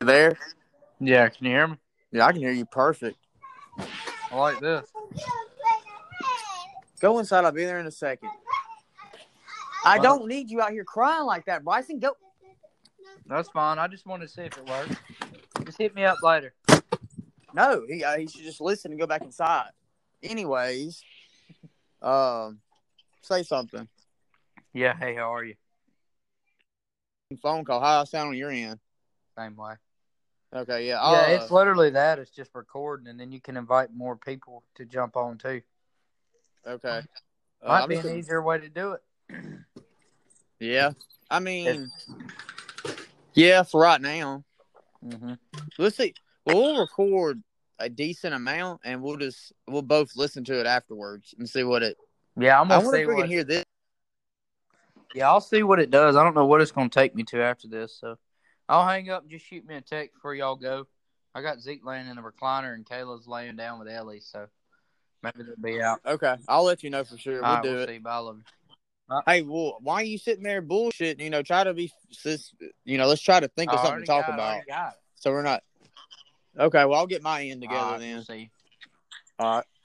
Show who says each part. Speaker 1: there?
Speaker 2: Yeah, can you hear me?
Speaker 1: Yeah, I can hear you perfect.
Speaker 2: I like this.
Speaker 1: Go inside. I'll be there in a second.
Speaker 3: I
Speaker 2: Wow.
Speaker 3: don't need you out here crying like that, Bryson. Go.
Speaker 2: That's fine. I just wanted to see if it worked. Just hit me up later.
Speaker 1: No, he uh, he should just listen and go back inside. Anyways, um, say something.
Speaker 2: Yeah. Hey, how are you?
Speaker 1: Phone call. How I sound on your end?
Speaker 2: Same way. Uh,
Speaker 1: Okay, yeah. Uh,
Speaker 2: yeah,
Speaker 1: I'll,
Speaker 2: it's literally that. It's just recording, and then you can invite more people to jump on too.
Speaker 1: uh, okay. Uh,
Speaker 2: Might
Speaker 1: I'm
Speaker 2: be
Speaker 1: just-
Speaker 2: an easier way to do it.
Speaker 1: Yeah, I mean, yeah, for right now.
Speaker 2: Mm-hmm.
Speaker 1: Let's see. We'll record a decent amount, and we'll just we'll both listen to it afterwards and see what it.
Speaker 2: Yeah, I'm
Speaker 1: I
Speaker 2: gonna
Speaker 1: wonder
Speaker 2: see
Speaker 1: if we
Speaker 2: what.
Speaker 1: can hear this.
Speaker 2: yeah, I'll see what it does. I don't know what it's gonna take me to after this, so I'll hang up. and Just shoot me a text before y'all go. I got Zeke laying in the recliner, and Kayla's laying down with Ellie, so maybe they'll be out.
Speaker 1: Okay, I'll let you know for sure. We'll
Speaker 2: All right,
Speaker 1: do
Speaker 2: we'll
Speaker 1: it.
Speaker 2: see. Bye, I love you.
Speaker 1: Hey, well, why are you sitting there bullshitting? You know, try to be this. You know, let's try to think of
Speaker 2: I
Speaker 1: something
Speaker 2: already
Speaker 1: to talk
Speaker 2: got it, I
Speaker 1: about.
Speaker 2: already got it.
Speaker 1: So we're not. Okay, well, I'll get my end together
Speaker 2: All right,
Speaker 1: then.
Speaker 2: we'll see.
Speaker 1: All right.